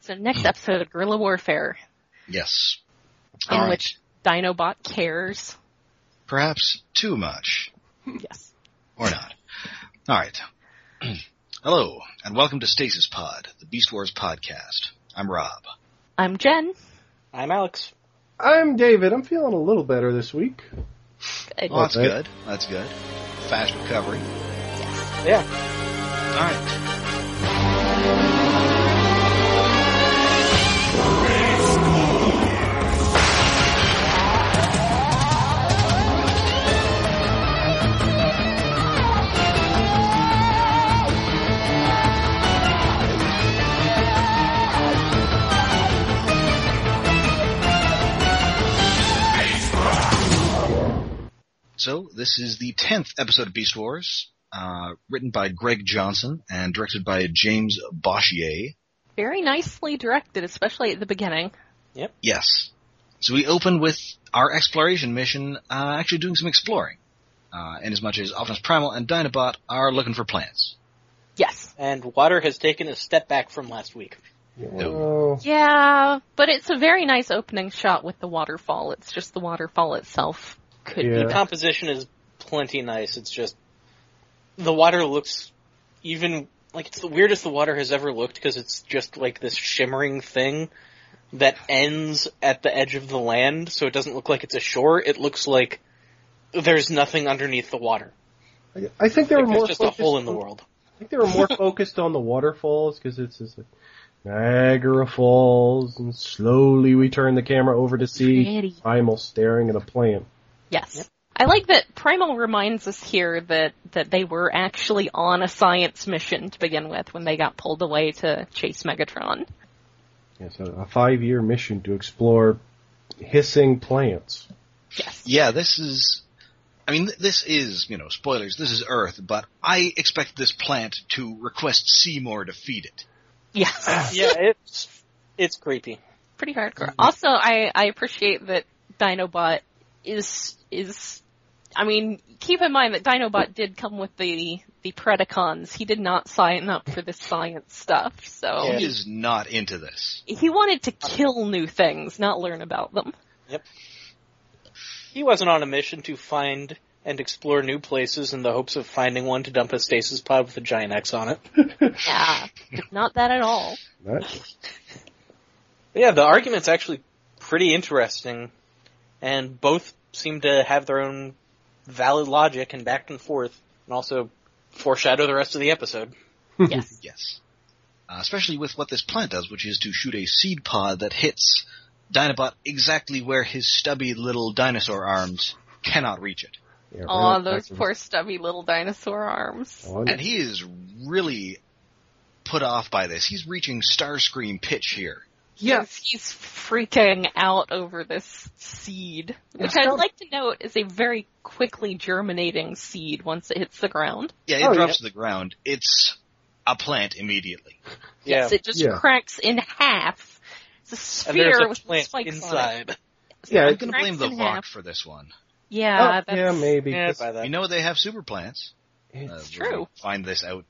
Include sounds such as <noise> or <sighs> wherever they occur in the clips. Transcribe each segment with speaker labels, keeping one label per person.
Speaker 1: So next episode, guerrilla warfare,
Speaker 2: Yes.
Speaker 1: in
Speaker 2: All right.
Speaker 1: which Dinobot cares.
Speaker 2: Perhaps too much.
Speaker 1: Yes.
Speaker 2: Or not. Alright. <clears throat> Hello, and welcome to Stasis Pod, the Beast Wars podcast. I'm Rob.
Speaker 1: I'm Jen.
Speaker 3: I'm Alex.
Speaker 4: I'm David. I'm feeling a little better this week.
Speaker 1: Good.
Speaker 2: Well, that's
Speaker 4: Okay.
Speaker 2: good. That's good. Fast recovery.
Speaker 1: Yes.
Speaker 3: Yeah.
Speaker 2: Alright. So, this is the 10th episode of Beast Wars, uh, written by Greg Johnson and directed by James Boschier.
Speaker 1: Very nicely directed, especially at the beginning.
Speaker 2: Yes. So we open with our exploration mission uh, actually doing some exploring, uh, in as much as Optimus Primal and Dinobot are looking for plants.
Speaker 1: Yes.
Speaker 3: And water has taken a step back from last week.
Speaker 4: Well,
Speaker 1: Yeah, but it's a very nice opening shot with the waterfall. It's just the waterfall itself could be
Speaker 4: Yeah.
Speaker 3: The
Speaker 1: better.
Speaker 3: composition is plenty nice. It's just the water looks even like it's the weirdest the water has ever looked because it's just like this shimmering thing that ends at the edge of the land, so it doesn't look like it's a shore. It looks like there's nothing underneath the water.
Speaker 4: I- I think they were
Speaker 3: Like
Speaker 4: more
Speaker 3: there's just a
Speaker 4: focused
Speaker 3: hole in the
Speaker 4: on- <laughs>
Speaker 3: world.
Speaker 4: I think they were
Speaker 3: <laughs>
Speaker 4: more focused on the waterfalls because it's just like Niagara Falls, and slowly we turn the camera over to see
Speaker 1: Pretty.
Speaker 4: Primal staring at a plant.
Speaker 1: Yes. I like that Primal reminds us here that, that they were actually on a science mission to begin with when they got pulled away to chase Megatron.
Speaker 4: It's a, a five-year mission to explore hissing plants.
Speaker 1: Yes.
Speaker 2: Yeah, this is. I mean, th- this is you know spoilers. This is Earth, but I expect this plant to request Seymour to feed it.
Speaker 1: Yes.
Speaker 3: yeah, it's it's creepy.
Speaker 1: Pretty hardcore. Also, I, I appreciate that Dinobot is, is, I mean, keep in mind that Dinobot did come with the, the Predacons. He did not sign up for the science stuff, so.
Speaker 3: Yeah.
Speaker 2: He is not into this.
Speaker 1: He wanted to kill new things, not learn about them.
Speaker 3: He wasn't on a mission to find and explore new places in the hopes of finding one to dump a stasis pod with a giant X on it.
Speaker 1: Yeah. not that at all.
Speaker 4: That,
Speaker 3: But yeah, the argument's actually pretty interesting, and both seem to have their own valid logic and back and forth, and also foreshadow the rest of the episode.
Speaker 1: Yes.
Speaker 2: Yes, uh, especially with what this plant does, which is to shoot a seed pod that hits Dinobot exactly where his stubby little dinosaur arms cannot reach it.
Speaker 4: yeah,
Speaker 1: Aw,
Speaker 4: right
Speaker 1: those
Speaker 4: back to the
Speaker 1: poor stubby little dinosaur arms.
Speaker 4: pond.
Speaker 2: And he is really put off by this. He's reaching Starscream pitch here.
Speaker 1: Yes. He's freaking out over this seed, which I'd like to note is a very quickly germinating seed once it hits the ground.
Speaker 2: Yeah, it
Speaker 4: Oh,
Speaker 2: drops to the ground. It's a plant immediately.
Speaker 3: Yeah,
Speaker 1: So it just
Speaker 4: Yeah.
Speaker 1: cracks in half. It's a
Speaker 3: and there's
Speaker 1: sphere
Speaker 3: a
Speaker 1: with
Speaker 3: plant
Speaker 1: spikes on it.
Speaker 3: inside.
Speaker 4: Yeah,
Speaker 2: I'm
Speaker 4: it-
Speaker 2: going to
Speaker 1: cracks
Speaker 2: blame the
Speaker 1: in
Speaker 2: Vok
Speaker 1: half.
Speaker 2: for this one.
Speaker 1: Yeah,
Speaker 4: Oh,
Speaker 1: that's,
Speaker 4: yeah, maybe.
Speaker 3: Yeah, buy that.
Speaker 2: You know they have super plants.
Speaker 4: It's-
Speaker 2: That's
Speaker 1: true.
Speaker 2: Find this out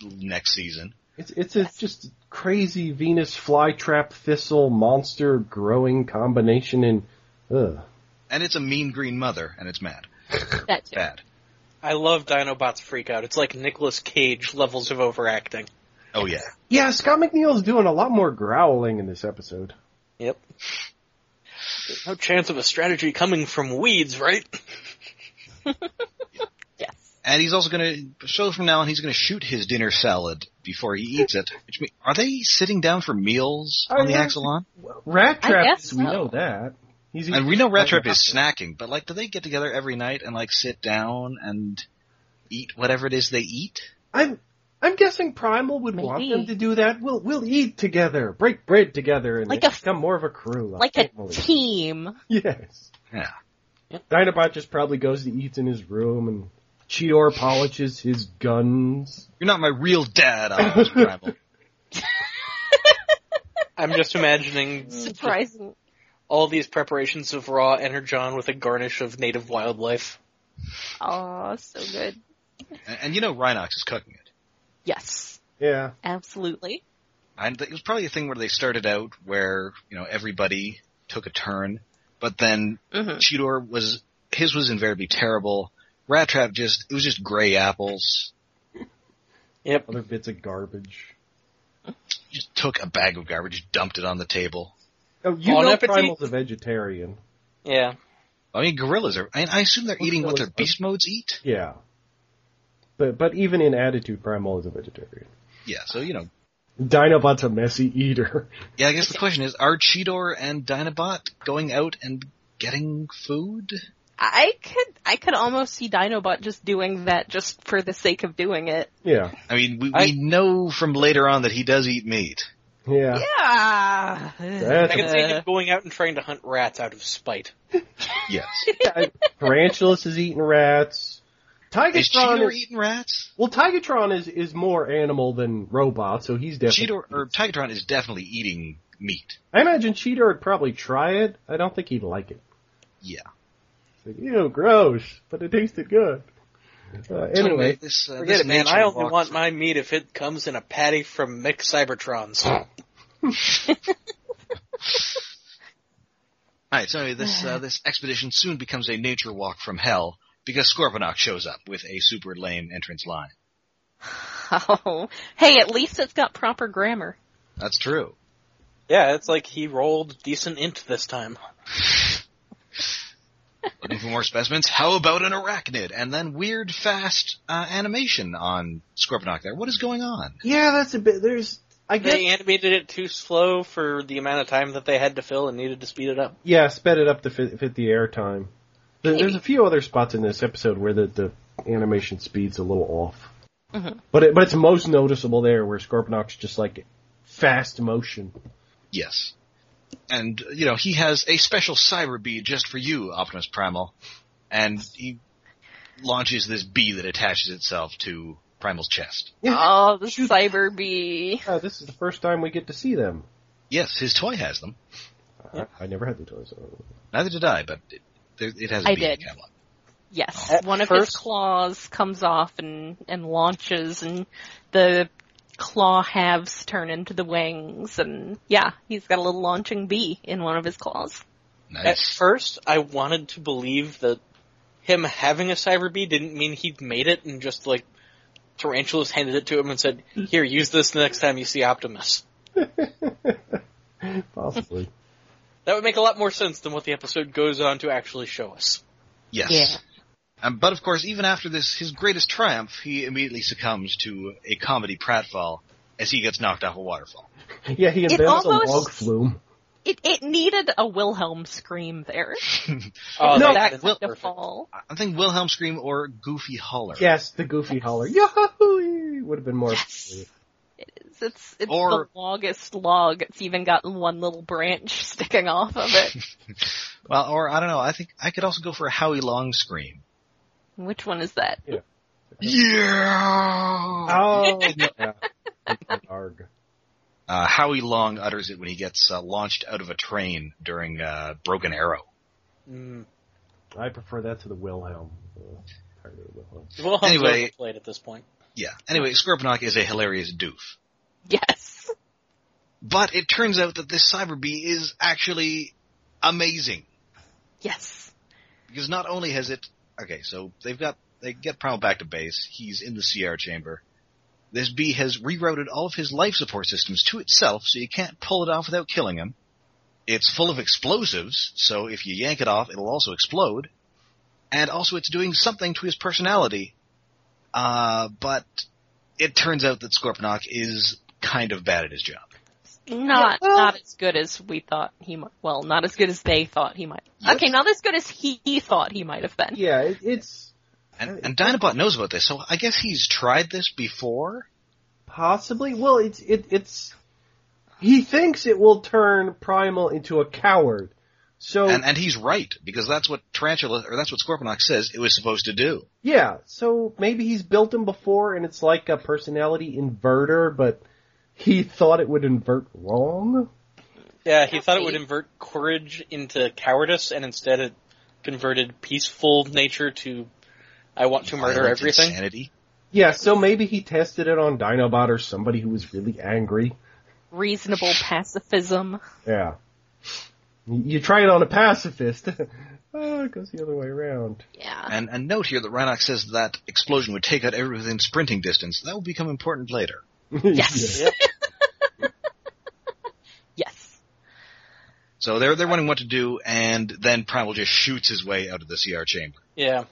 Speaker 2: next season.
Speaker 4: It's it's a just crazy Venus flytrap thistle monster growing combination and ugh.
Speaker 2: And it's a mean green mother, and it's mad.
Speaker 1: that too.
Speaker 2: Bad.
Speaker 3: I love Dinobot's freakout. It's like Nicolas Cage levels of overacting.
Speaker 2: Oh yeah.
Speaker 4: Yeah, Scott McNeil's doing a lot more growling in this episode.
Speaker 3: Yep. There's no chance of a strategy coming from weeds, right?
Speaker 1: Yes.
Speaker 2: And he's also going to show from now on. He's going to shoot his dinner salad before he eats it. Which mean, are they sitting down for meals
Speaker 4: I
Speaker 2: on the
Speaker 4: know.
Speaker 2: Axalon?
Speaker 4: Rat
Speaker 1: I
Speaker 4: trap,
Speaker 1: guess
Speaker 4: we
Speaker 1: so.
Speaker 4: know that. He's
Speaker 2: And we know Rat Trap is snacking, but like, do they get together every night and like sit down and eat whatever it is they eat?
Speaker 4: I'm I'm guessing Primal would want
Speaker 1: Maybe.
Speaker 4: them to do that. We'll we'll eat together, break bread together, and
Speaker 1: Like a-
Speaker 4: become more of a crew, a
Speaker 1: Like a
Speaker 4: family.
Speaker 1: team.
Speaker 4: <laughs>
Speaker 1: <laughs>
Speaker 4: Yes.
Speaker 2: Yeah.
Speaker 4: Dinobot just probably goes to eat in his room, and Cheetor polishes his guns.
Speaker 2: You're not my real dad, Optimus Primal.
Speaker 3: I'm
Speaker 1: <laughs>
Speaker 3: just imagining
Speaker 1: Surprising.
Speaker 3: all these preparations of raw energon with a garnish of native wildlife.
Speaker 1: Aw, so good.
Speaker 2: And, and you know Rhinox is cooking it.
Speaker 1: Yes.
Speaker 4: Yeah.
Speaker 1: Absolutely.
Speaker 2: And it was probably a thing where they started out where you know everybody took a turn, but then
Speaker 1: hmm
Speaker 2: Cheetor was his was invariably terrible. Rat Trap just it was just gray apples.
Speaker 3: Yep.
Speaker 4: Other bits of garbage.
Speaker 2: Just took a bag of garbage, dumped it on the table.
Speaker 4: Oh, you
Speaker 3: Bon
Speaker 4: know
Speaker 3: appetit.
Speaker 4: Primal's a vegetarian.
Speaker 3: Yeah.
Speaker 2: I mean, gorillas are. I, I assume they're
Speaker 4: Well,
Speaker 2: eating what their
Speaker 4: gorillas are-
Speaker 2: beast modes eat.
Speaker 4: Yeah. But but even in attitude, Primal is a vegetarian.
Speaker 2: Yeah, so you know.
Speaker 4: Dinobot's a messy eater. <laughs>
Speaker 2: Yeah, I guess the question is: Are Cheetor and Dinobot going out and getting food?
Speaker 1: I could, I could almost see Dinobot just doing that just for the sake of doing it.
Speaker 4: Yeah.
Speaker 2: I mean, we,
Speaker 3: I-
Speaker 2: we know from later on that he does eat meat.
Speaker 4: Yeah.
Speaker 1: Yeah.
Speaker 4: That's
Speaker 3: I can
Speaker 4: Uh,
Speaker 3: see him going out and trying to hunt rats out of spite.
Speaker 2: Yes.
Speaker 4: I- <laughs> Tarantulas is eating
Speaker 2: is
Speaker 4: rats. Tigatron
Speaker 2: Cheetor
Speaker 4: is,
Speaker 2: eating rats?
Speaker 4: well, Tigatron is, is more animal than robot, so he's definitely.
Speaker 2: Cheetor or Tigatron is definitely eating meat.
Speaker 4: I imagine Cheetor would probably try it. I don't think he'd like it.
Speaker 2: Yeah.
Speaker 4: It's like, ew, gross, but it tasted good. Uh, anyway,
Speaker 2: this, uh,
Speaker 3: Forget
Speaker 2: this
Speaker 3: it, man.
Speaker 2: nature
Speaker 3: I only
Speaker 2: walk-
Speaker 3: want my meat if it comes in a patty from Mick Cybertron's.
Speaker 2: All right, so anyway, this uh, this expedition soon becomes a nature walk from hell because Scorponok shows up with a super lame entrance line.
Speaker 1: Oh, <laughs> hey, at least it's got proper grammar.
Speaker 2: That's true.
Speaker 3: yeah, it's like he rolled decent int this time.
Speaker 2: Looking for more specimens? How about an arachnid? And then weird fast uh, animation on Scorponok there. What is going on?
Speaker 4: yeah, that's a bit, there's, I guess,
Speaker 3: They animated it too slow for the amount of time that they had to fill and needed to speed it up.
Speaker 4: yeah, sped it up to fit, fit the air time. There, there's a few other spots in this episode where the, the animation speed's a little off.
Speaker 1: Mhm.
Speaker 4: But it, but it's most noticeable there where Scorponok's just like fast motion.
Speaker 2: Yes. And, you know, he has a special cyber bee just for you, Optimus Primal. And he launches this bee that attaches itself to Primal's chest.
Speaker 1: Oh, the cyber bee.
Speaker 4: Uh, this is the first time we get to see them.
Speaker 2: Yes, his toy has them.
Speaker 3: Yeah.
Speaker 4: I, I never had the toys. so-
Speaker 2: Neither did I, but it, there- it has a
Speaker 1: I
Speaker 2: bee
Speaker 1: did.
Speaker 2: catalog.
Speaker 1: Yes,
Speaker 3: At
Speaker 1: one of his
Speaker 3: first-
Speaker 1: claws comes off and and launches, and the claw halves turn into the wings, and yeah, he's got a little launching bee in one of his claws.
Speaker 3: At
Speaker 2: Nice.
Speaker 3: first, I wanted to believe that him having a cyber bee didn't mean he'd made it and just like tarantulas handed it to him and said, "Here, use this the next time you see Optimus."
Speaker 4: Possibly.
Speaker 3: That would make a lot more sense than what the episode goes on to actually show us.
Speaker 2: Yes.
Speaker 1: Yeah.
Speaker 2: Um, but of course, even after this, his greatest triumph, he immediately succumbs to a comedy pratfall as he gets knocked off a waterfall.
Speaker 4: yeah, he invents
Speaker 1: almost-
Speaker 4: a log flume.
Speaker 1: It it needed a Wilhelm scream there.
Speaker 3: Oh,
Speaker 2: No,
Speaker 3: that
Speaker 1: that
Speaker 3: would've
Speaker 2: Wil-
Speaker 3: been
Speaker 1: to
Speaker 3: perfect.
Speaker 1: fall.
Speaker 2: I think Wilhelm Scream or Goofy Holler.
Speaker 4: Yes, the goofy holler. Yahoo! Would have been more. appropriate.
Speaker 1: It's it's, it's
Speaker 2: Or-
Speaker 1: the longest log. It's even got one little branch <laughs> sticking off of it.
Speaker 2: Well, or I don't know. I think I could also go for a Howie Long Scream.
Speaker 1: Which one is that?
Speaker 2: Yeah.
Speaker 4: Oh, yeah. Arg.
Speaker 2: Uh, Howie Long utters it when he gets uh, launched out of a train during uh, Broken Arrow.
Speaker 3: Mm.
Speaker 4: I prefer that to the Wilhelm. Uh, tired of the Wilhelm.
Speaker 3: Wilhelm's
Speaker 2: Anyway-
Speaker 3: played at this point.
Speaker 2: Yeah. Anyway, Scorponok is a hilarious doof.
Speaker 1: Yes.
Speaker 2: But it turns out that this cyber bee is actually amazing.
Speaker 1: Yes.
Speaker 2: because not only has it okay, so they've got they get Primal back to base. He's in the CR chamber. This bee has rerouted all of his life support systems to itself, so you can't pull it off without killing him. It's full of explosives, so if you yank it off, it'll also explode. And also, it's doing something to his personality. Uh, but it turns out that Scorponok is kind of bad at his job.
Speaker 1: Not
Speaker 4: Yeah, well-
Speaker 1: not as good as we thought he might. Well, not as good as they thought he might.
Speaker 2: Yes.
Speaker 1: Okay, not as good as he, he thought he might have been.
Speaker 4: Yeah, it, it's
Speaker 2: And, and Dinobot knows about this, so I guess he's tried this before.
Speaker 4: possibly. Well, it's it, it's. He thinks it will turn Primal into a coward. So
Speaker 2: And, and he's right because that's what Tarantula or that's what Scorponok says it was supposed to do.
Speaker 4: Yeah, so maybe he's built them before and it's like a personality inverter, but he thought it would invert wrong?
Speaker 3: Yeah, he thought it would
Speaker 1: Copy.
Speaker 3: invert courage into cowardice, and instead it converted peaceful nature to I want to murder
Speaker 2: Violent
Speaker 3: everything.
Speaker 2: Insanity.
Speaker 4: Yeah, so maybe he tested it on Dinobot or somebody who was really angry.
Speaker 1: reasonable pacifism.
Speaker 4: Yeah. You you try it on a pacifist. <laughs> oh, it goes the other way around. <laughs>
Speaker 1: Yeah.
Speaker 2: And and note here that Ranox says that explosion would take out everyone within sprinting distance. That will become important later.
Speaker 1: Yes.
Speaker 3: Yep.
Speaker 1: yes.
Speaker 2: So they're they're wondering what to do, and then Primal just shoots his way out of the CR chamber.
Speaker 3: Yeah.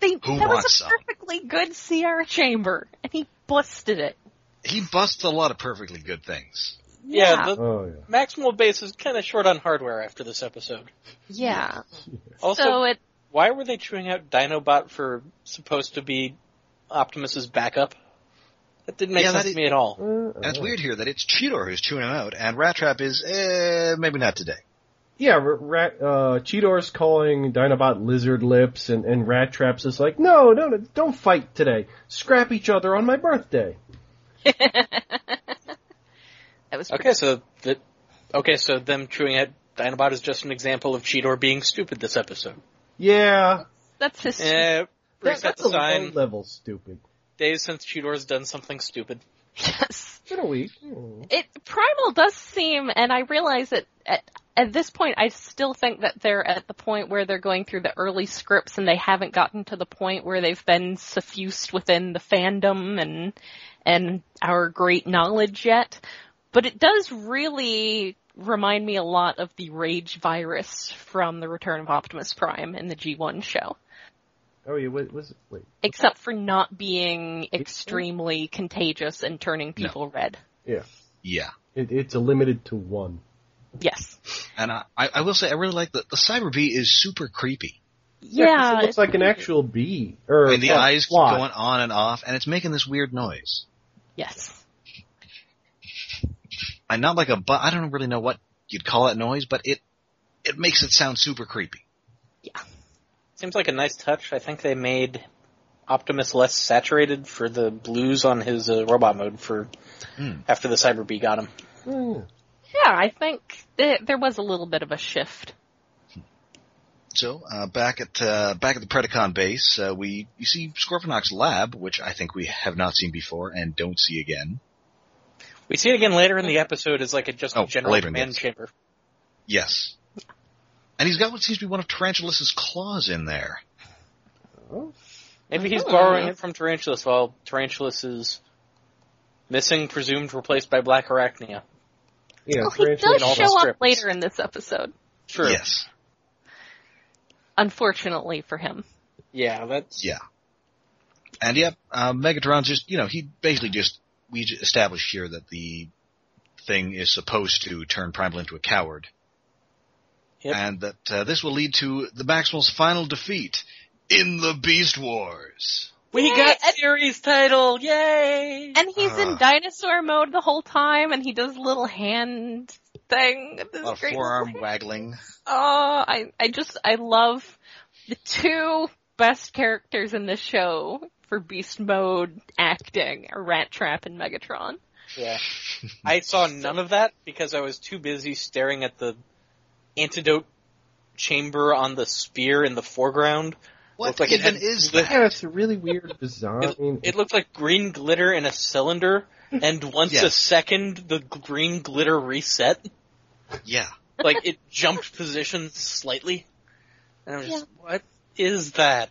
Speaker 1: They,
Speaker 2: Who
Speaker 1: that was
Speaker 2: wants
Speaker 1: a
Speaker 2: some?
Speaker 1: perfectly good CR chamber, and he busted it.
Speaker 2: He busts a lot of perfectly good things.
Speaker 3: Yeah.
Speaker 1: Yeah.
Speaker 3: the
Speaker 4: <laughs> Oh yeah.
Speaker 3: Maximal Base is kind of short on hardware after this episode.
Speaker 1: yeah.
Speaker 3: Also,
Speaker 1: so it <laughs>
Speaker 3: why were they chewing out Dinobot for supposed to be Optimus's backup? That didn't make
Speaker 2: Yeah,
Speaker 3: sense
Speaker 2: that
Speaker 3: to me at all.
Speaker 4: Uh,
Speaker 2: And
Speaker 3: Oh.
Speaker 2: it's
Speaker 4: uh.
Speaker 2: weird here that it's Cheetor who's chewing him out, and Rat Trap is eh, maybe not today.
Speaker 4: Yeah, R- Rat, uh, Cheetor's calling Dinobot Lizard Lips, and, and Rat Traps is like, no, no, no, don't fight today. Scrap each other on my birthday.
Speaker 1: that was
Speaker 3: Okay, so that okay, so them chewing out Dinobot is just an example of Cheetor being stupid this episode.
Speaker 4: <laughs> Yeah.
Speaker 1: That's his.
Speaker 3: Eh,
Speaker 4: That,
Speaker 3: reset
Speaker 4: that's a
Speaker 3: the sign.
Speaker 4: low-level stupid.
Speaker 3: Days since Cheetor's done something stupid.
Speaker 1: <laughs> Yes.
Speaker 4: In a week. Hmm.
Speaker 1: It primal does seem, and I realize that at, at this point, I still think that they're at the point where they're going through the early scripts, and they haven't gotten to the point where they've been suffused within the fandom and and our great knowledge yet. But it does really remind me a lot of the rage virus from the Return of Optimus Prime in the G1 show.
Speaker 4: Oh, yeah, wait, was, wait.
Speaker 1: except for not being extremely contagious and turning
Speaker 2: No.
Speaker 1: people red.
Speaker 4: Yeah.
Speaker 2: Yeah.
Speaker 4: It, it's a limited to one.
Speaker 1: Yes.
Speaker 2: And I, I I will say I really like that the Cyber Bee is super creepy.
Speaker 4: 'cause
Speaker 1: Yeah.
Speaker 4: It looks like an actual bee. Or
Speaker 2: I mean the
Speaker 4: uh,
Speaker 2: eyes keep
Speaker 4: fly.
Speaker 2: going on and off, and it's making this weird noise.
Speaker 1: Yes.
Speaker 2: And not like a bu- I don't really know what you'd call that noise, but it it makes it sound super creepy.
Speaker 3: Seems like a nice touch. I think they made Optimus less saturated for the blues on his uh, robot mode for
Speaker 2: Hmm.
Speaker 3: after the Cyber Bee got him.
Speaker 4: Hmm.
Speaker 1: Yeah, I think th- there was a little bit of a shift.
Speaker 2: So uh, back at uh, back at the Predacon base, uh, we you see Scorponok's lab, which I think we have not seen before and don't see again.
Speaker 3: We see it again later in the episode as like a just
Speaker 2: Oh,
Speaker 3: general
Speaker 2: later in the
Speaker 3: command
Speaker 2: episode.
Speaker 3: chamber.
Speaker 2: Yes, and he's got what seems to be one of Tarantulas' claws in there.
Speaker 4: Oh,
Speaker 3: Maybe he's
Speaker 1: Hmm.
Speaker 3: borrowing it from Tarantulas while Tarantulas is missing, presumed replaced by Black Arachnia.
Speaker 4: yeah,
Speaker 1: well, Oh, he
Speaker 4: tarantula-
Speaker 1: does
Speaker 3: in all the
Speaker 1: show up
Speaker 3: scripts.
Speaker 1: later in this episode,
Speaker 3: True.
Speaker 2: Yes,
Speaker 1: unfortunately for him.
Speaker 3: Yeah, that's
Speaker 2: Yeah. And yep, uh, Megatron's just, you know, he basically just, we j- established here that the thing is supposed to turn Primal into a coward.
Speaker 3: Yep.
Speaker 2: And that uh, this will lead to the Maximal's final defeat in the Beast Wars.
Speaker 3: We
Speaker 1: Yay,
Speaker 3: got
Speaker 1: and-
Speaker 3: series title, yay!
Speaker 1: And he's in
Speaker 2: Ugh.
Speaker 1: dinosaur mode the whole time, and he does a little hand thing.
Speaker 2: A lot of forearm waggling.
Speaker 1: Oh, I, I just, I love the two best characters in this show for beast mode acting are Rat Trap and Megatron.
Speaker 2: <laughs>
Speaker 3: yeah. I saw none of that because I was too busy staring at the antidote chamber on the spear in the foreground.
Speaker 2: What
Speaker 3: Looks like it
Speaker 2: even
Speaker 3: had
Speaker 2: is
Speaker 3: lit-
Speaker 2: that?
Speaker 4: Yeah, it's a really weird design.
Speaker 3: It looked like green glitter in a cylinder, and once
Speaker 2: Yeah.
Speaker 3: a second, the green glitter reset.
Speaker 2: Yeah.
Speaker 3: Like it jumped position slightly. And I was just,
Speaker 1: Yeah.
Speaker 3: what is that?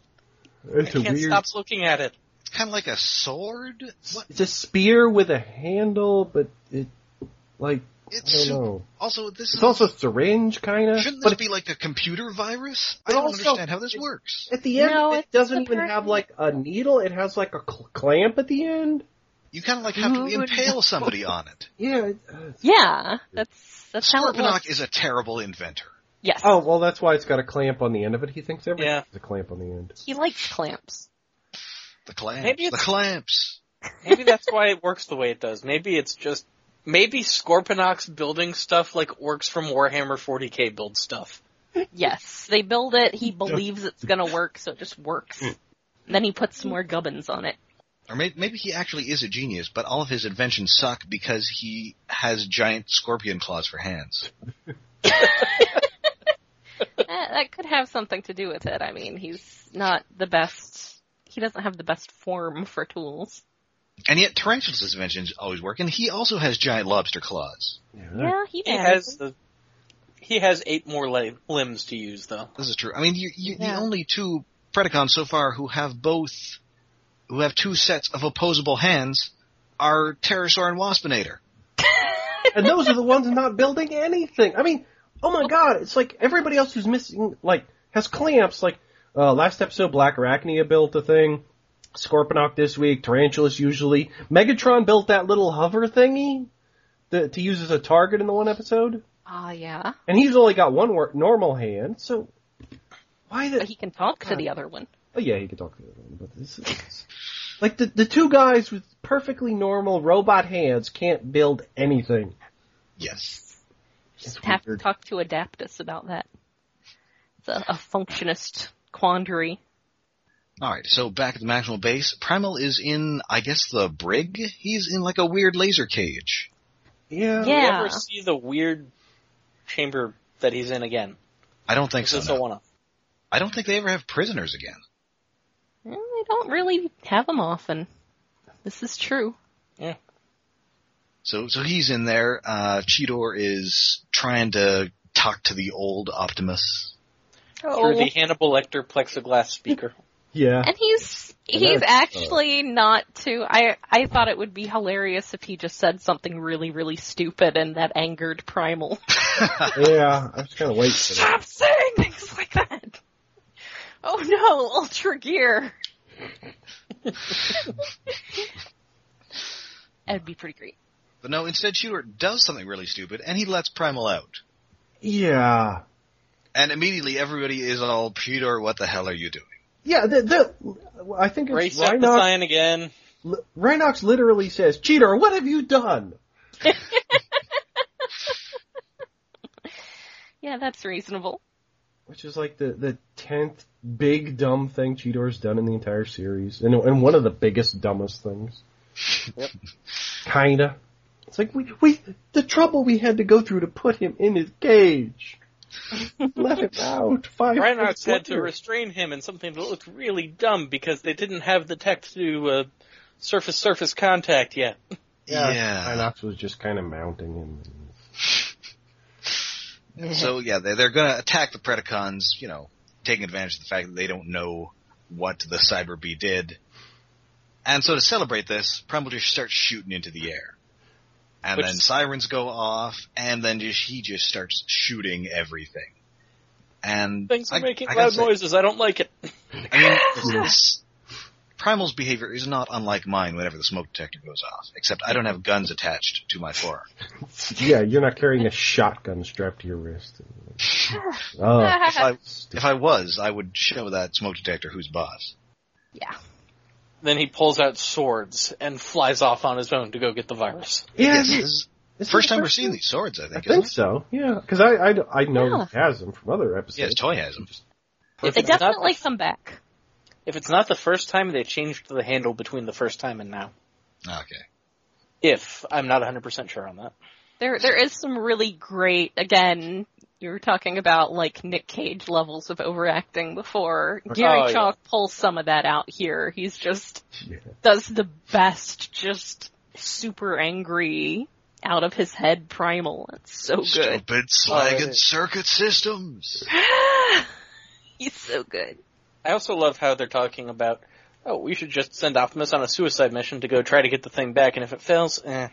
Speaker 4: it's
Speaker 3: I
Speaker 4: a
Speaker 3: can't
Speaker 4: weird
Speaker 3: stop looking at it.
Speaker 2: It's kind of like a sword? What?
Speaker 4: It's a spear with a handle, but it like I
Speaker 2: It's
Speaker 4: don't
Speaker 2: su-
Speaker 4: know.
Speaker 2: also this
Speaker 4: It's
Speaker 2: is,
Speaker 4: also a syringe, kind of.
Speaker 2: shouldn't this
Speaker 4: But
Speaker 2: be like a computer virus? I
Speaker 4: But
Speaker 2: don't
Speaker 4: also-
Speaker 2: understand how this works.
Speaker 4: at the end,
Speaker 1: No,
Speaker 4: it
Speaker 1: it's
Speaker 4: doesn't
Speaker 1: a
Speaker 4: even
Speaker 1: person.
Speaker 4: have like a needle. It has like a cl- clamp at the end.
Speaker 2: You kind of like have to
Speaker 1: Who would
Speaker 2: impale somebody on it.
Speaker 4: Yeah. It, uh,
Speaker 1: Yeah, that's, that's how it
Speaker 2: Scorponok
Speaker 1: looks.
Speaker 2: is a terrible inventor.
Speaker 1: Yes.
Speaker 4: oh well, that's why it's got a clamp on the end of it. He thinks everything
Speaker 3: Yeah.
Speaker 4: has a clamp on the end.
Speaker 1: He likes clamps.
Speaker 2: The clamps.
Speaker 3: Maybe
Speaker 2: the
Speaker 3: it's-
Speaker 2: clamps.
Speaker 3: Maybe that's why it works the way it does. Maybe it's just maybe Scorponok's building stuff like orcs from Warhammer 40k build stuff.
Speaker 1: Yes. They build it, he believes it's gonna work, so it just works. And then he puts some more gubbins on it.
Speaker 2: Or may- maybe he actually is a genius, but all of his inventions suck because he has giant scorpion claws for hands.
Speaker 1: That, Eh, that could have something to do with it. I mean, he's not the best, he doesn't have the best form for tools.
Speaker 2: And yet Tarantula's inventions always work, and he also has giant lobster claws.
Speaker 1: Yeah, he,
Speaker 3: He
Speaker 1: does.
Speaker 3: has the he has eight more li- limbs to use though.
Speaker 2: This is true. I mean, you, you,
Speaker 1: Yeah.
Speaker 2: the only two Predacons so far who have both, who have two sets of opposable hands, are Pterosaur and Waspinator.
Speaker 4: and those are the ones not building anything. I mean, oh my god, it's like everybody else who's missing, like, has clamps. Like, uh, last episode, Black Arachnia built a thing. Scorponok this week, Tarantulas usually. Megatron built that little hover thingy that, to use as a target in the one episode.
Speaker 1: Ah, yeah.
Speaker 4: And he's only got one wor- normal hand, so why the
Speaker 1: But he can talk to the other one.
Speaker 4: Oh yeah, he could talk to the other one, but this is like the the two guys with perfectly normal robot hands can't build anything.
Speaker 2: Yes.
Speaker 1: Just have
Speaker 4: weird.
Speaker 1: to talk to Adaptus about that. It's a, a functionist quandary.
Speaker 2: Alright, so back at the Maximum Base, Primal is in, I guess, the brig? He's in like a weird laser cage.
Speaker 3: Do
Speaker 4: Yeah.
Speaker 3: we
Speaker 1: Yeah.
Speaker 3: ever see the weird chamber that he's in again?
Speaker 2: I don't think
Speaker 3: Is
Speaker 2: so.
Speaker 3: this
Speaker 2: no.
Speaker 3: a one-off?
Speaker 2: I don't think they ever have prisoners again.
Speaker 1: Well, they don't really have them often. This is true.
Speaker 2: So, so he's in there. Uh, Cheetor is trying to talk to the old Optimus. <laughs>
Speaker 1: Oh.
Speaker 3: Through the Hannibal Lecter
Speaker 1: <laughs>
Speaker 3: plexiglass speaker.
Speaker 4: Yeah.
Speaker 1: And
Speaker 2: <laughs>
Speaker 1: he's
Speaker 4: And
Speaker 2: uh,
Speaker 1: he's
Speaker 4: that's-
Speaker 1: actually not too. I I thought it would be hilarious if he just said something really really stupid and that angered
Speaker 2: <laughs>
Speaker 1: Primal.
Speaker 4: yeah, I was kind of waiting for
Speaker 1: Stop
Speaker 4: that.
Speaker 1: saying things like that. Oh no, Ultra
Speaker 2: <laughs>
Speaker 1: Gear. That'd be pretty great.
Speaker 2: But no, instead Cheetor does something really stupid and he lets Primal out.
Speaker 4: Yeah.
Speaker 2: And immediately everybody is all, Cheetor, what the hell are you doing?
Speaker 4: Yeah, the, the, I think it's
Speaker 3: Race up the
Speaker 4: Rhinox,
Speaker 3: sign again.
Speaker 4: L- Rhinox literally says, Cheater, what have you done?
Speaker 1: Yeah, that's reasonable.
Speaker 4: Which is like the, the tenth big dumb thing Cheetor's done in the entire series. And, and one of the biggest, dumbest <laughs> things.
Speaker 3: Yep.
Speaker 4: Kinda. It's like we, we, the trouble we had to go through to put him in his <laughs> cage. Let him
Speaker 2: <laughs>
Speaker 4: out. Five
Speaker 3: Rhinox had to
Speaker 4: later.
Speaker 3: restrain him in something that looked really dumb because they didn't have the tech to do uh, surface-surface contact yet.
Speaker 4: Yeah.
Speaker 2: yeah.
Speaker 4: Rhinox was just kind of mounting him.
Speaker 1: <laughs>
Speaker 3: <laughs>
Speaker 2: So yeah, they- they're gonna attack the Predacons, you know, taking advantage of the fact that they don't know what the Cyber Bee did. And so to celebrate this, Primal just starts shooting into the air. And
Speaker 3: Which-
Speaker 2: then sirens go off, and then just, he just starts shooting everything. And
Speaker 3: Things are
Speaker 2: I-
Speaker 3: making
Speaker 2: I gotta
Speaker 3: loud
Speaker 2: say-
Speaker 3: noises. I don't like it.
Speaker 2: I mean, it's- <laughs> it's- Primal's behavior is not unlike mine whenever the smoke detector goes off, except I don't have guns attached to my forearm.
Speaker 4: <laughs> Yeah, you're not carrying a shotgun strapped to your <laughs> wrist. Oh,
Speaker 2: If I, if I was, I would show that smoke detector who's boss.
Speaker 1: yeah.
Speaker 3: Then he pulls out swords and flies off on his own to go get the virus.
Speaker 4: yeah,
Speaker 2: Yes,
Speaker 4: you-
Speaker 2: this is
Speaker 4: this is
Speaker 2: first
Speaker 4: the
Speaker 2: time we're seeing these swords, I
Speaker 4: I
Speaker 2: think. isn't
Speaker 4: think
Speaker 2: it?
Speaker 4: so. Yeah, because I, I I know
Speaker 1: Yeah.
Speaker 4: he has them from other episodes.
Speaker 2: Yeah, his toy has them.
Speaker 3: If
Speaker 1: They
Speaker 3: it's not the-
Speaker 1: definitely come back.
Speaker 3: If it's not the first time, they changed the handle between the first time and now.
Speaker 2: Ah, Okay.
Speaker 3: If I'm not 100% sure on that.
Speaker 1: There there is some really great again, you were talking about like Nick Cage levels of overacting before. Gary
Speaker 3: Oh, yeah.
Speaker 1: Chalk pulls some of that out here. He's just
Speaker 4: Yeah.
Speaker 1: does the best just super angry out of his head primal. It's so good. <laughs>
Speaker 2: Stupid
Speaker 3: Oh, it
Speaker 2: slagging
Speaker 3: is.
Speaker 2: circuit systems.
Speaker 1: He's so good.
Speaker 3: I also love how they're talking about, oh, we should just send Optimus on a suicide mission to go try to get the thing back, and if it fails, eh.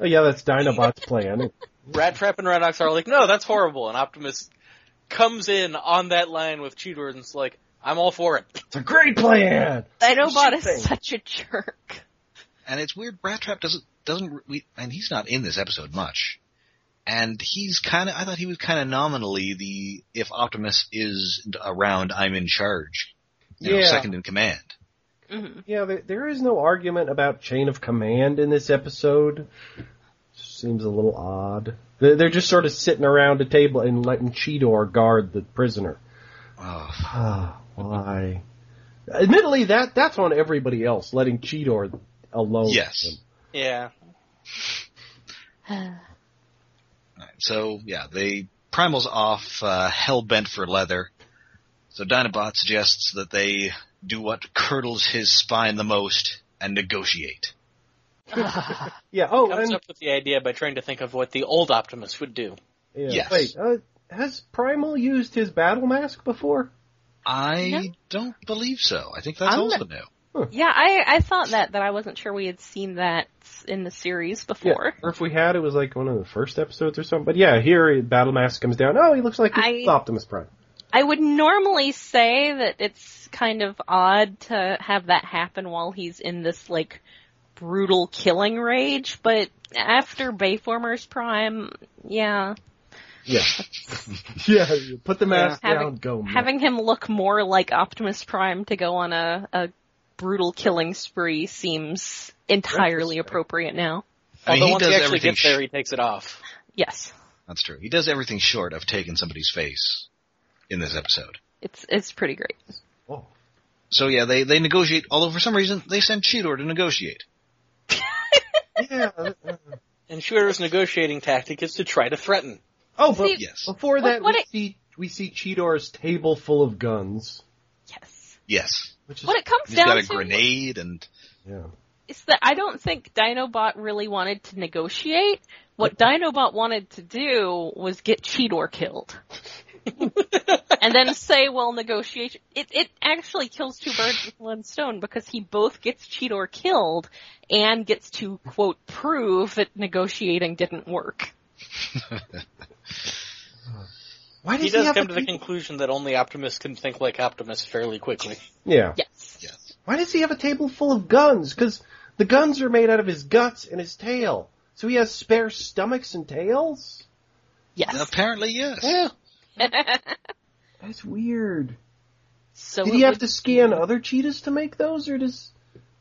Speaker 4: Oh yeah, that's Dinobot's plan.
Speaker 3: Rat Trap and Redox are like, no, that's horrible, and Optimus comes in on that line with Cheetor and it's like, I'm all for it.
Speaker 4: It's a great plan.
Speaker 1: Dinobot
Speaker 4: Shooting.
Speaker 1: is such a jerk.
Speaker 2: And it's weird. Rat Trap doesn't doesn't we, and he's not in this episode much. And he's kind of I thought he was kind of nominally the if Optimus is around, I'm in charge. You know,
Speaker 4: Yeah.
Speaker 2: second in command.
Speaker 1: hmm
Speaker 4: Yeah, there, there is no argument about chain of command in this episode. Seems a little odd. They're, they're just sort of sitting around a table and letting Cheetor guard the prisoner.
Speaker 2: Oh,
Speaker 4: Ah, why? Admittedly, that that's on everybody else letting Cheetor alone.
Speaker 2: yes.
Speaker 3: Yeah.
Speaker 2: Alright, So yeah, they Primal's off uh, hell bent for leather. So Dinobot suggests that they do what curdles his spine the most and negotiate.
Speaker 4: Yeah. Oh,
Speaker 3: Comes
Speaker 4: and
Speaker 3: up with the idea by trying to think of what the old Optimus would do.
Speaker 4: yeah,
Speaker 2: Yes.
Speaker 4: wait, uh, has Primal used his battle mask before?
Speaker 2: I
Speaker 1: No.
Speaker 2: don't believe so. I think that's
Speaker 1: I'm
Speaker 2: also
Speaker 1: not-
Speaker 2: new.
Speaker 1: <sighs> Yeah, I, I thought that, that I wasn't sure we had seen that in the series before.
Speaker 4: Or if we had, it was like one of the first episodes or something. But yeah, here battle mask comes down. Oh, he looks like
Speaker 1: I-
Speaker 4: Optimus Prime.
Speaker 1: I would normally say that it's kind of odd to have that happen while he's in this like brutal killing rage, but after Bayformers Prime, yeah,
Speaker 4: Yeah. <laughs> yeah. you Put the mask
Speaker 1: Yeah.
Speaker 4: down.
Speaker 1: Having-
Speaker 4: go. man.
Speaker 1: having him look more like Optimus Prime to go on a, a brutal killing spree seems entirely
Speaker 4: Interesting.
Speaker 1: appropriate now.
Speaker 2: I mean,
Speaker 3: Although
Speaker 2: he
Speaker 3: once
Speaker 2: does
Speaker 3: he actually
Speaker 2: everything
Speaker 3: gets there,
Speaker 2: sh-
Speaker 3: he takes it off.
Speaker 1: Yes.
Speaker 2: That's true. He does everything short of taking somebody's face in this episode.
Speaker 1: It's, it's pretty great. <laughs>
Speaker 4: Oh.
Speaker 2: So yeah, they, they negotiate, although for some reason they send Cheetor to negotiate.
Speaker 4: Yeah. <laughs> uh,
Speaker 3: And Shooter's negotiating tactic is to try to threaten. <laughs>
Speaker 4: oh, but
Speaker 1: See-
Speaker 2: Yes.
Speaker 4: before that,
Speaker 1: what
Speaker 4: we
Speaker 1: it-
Speaker 4: see we see Cheetor's table full of guns,
Speaker 1: Yes.
Speaker 2: Yes.
Speaker 4: which is
Speaker 1: What it comes
Speaker 2: He's
Speaker 1: down
Speaker 2: got a
Speaker 1: to
Speaker 2: grenade and
Speaker 4: yeah.
Speaker 1: It's that I don't think Dinobot really wanted to negotiate. What Dinobot wanted to do was get Cheetor killed. and
Speaker 4: <laughs>
Speaker 1: then say, well, negotiation. It, it actually kills two birds with one stone because he both gets Cheetor killed and gets to, quote, prove that negotiating didn't work.
Speaker 4: Why does
Speaker 3: He
Speaker 4: he,
Speaker 3: does
Speaker 4: have
Speaker 3: come
Speaker 4: a
Speaker 3: to the
Speaker 4: table-
Speaker 3: conclusion that only Optimus can think like Optimus fairly quickly.
Speaker 4: Yeah.
Speaker 1: Yes.
Speaker 2: yes.
Speaker 4: Why does he have a table full of guns? Because the guns are made out of his guts and his tail. So he has spare stomachs and tails.
Speaker 1: Yes.
Speaker 2: Apparently yes.
Speaker 4: That's weird.
Speaker 1: <laughs> so
Speaker 4: Did
Speaker 1: it
Speaker 4: he have
Speaker 1: would-
Speaker 4: to scan other cheetahs to make those, or does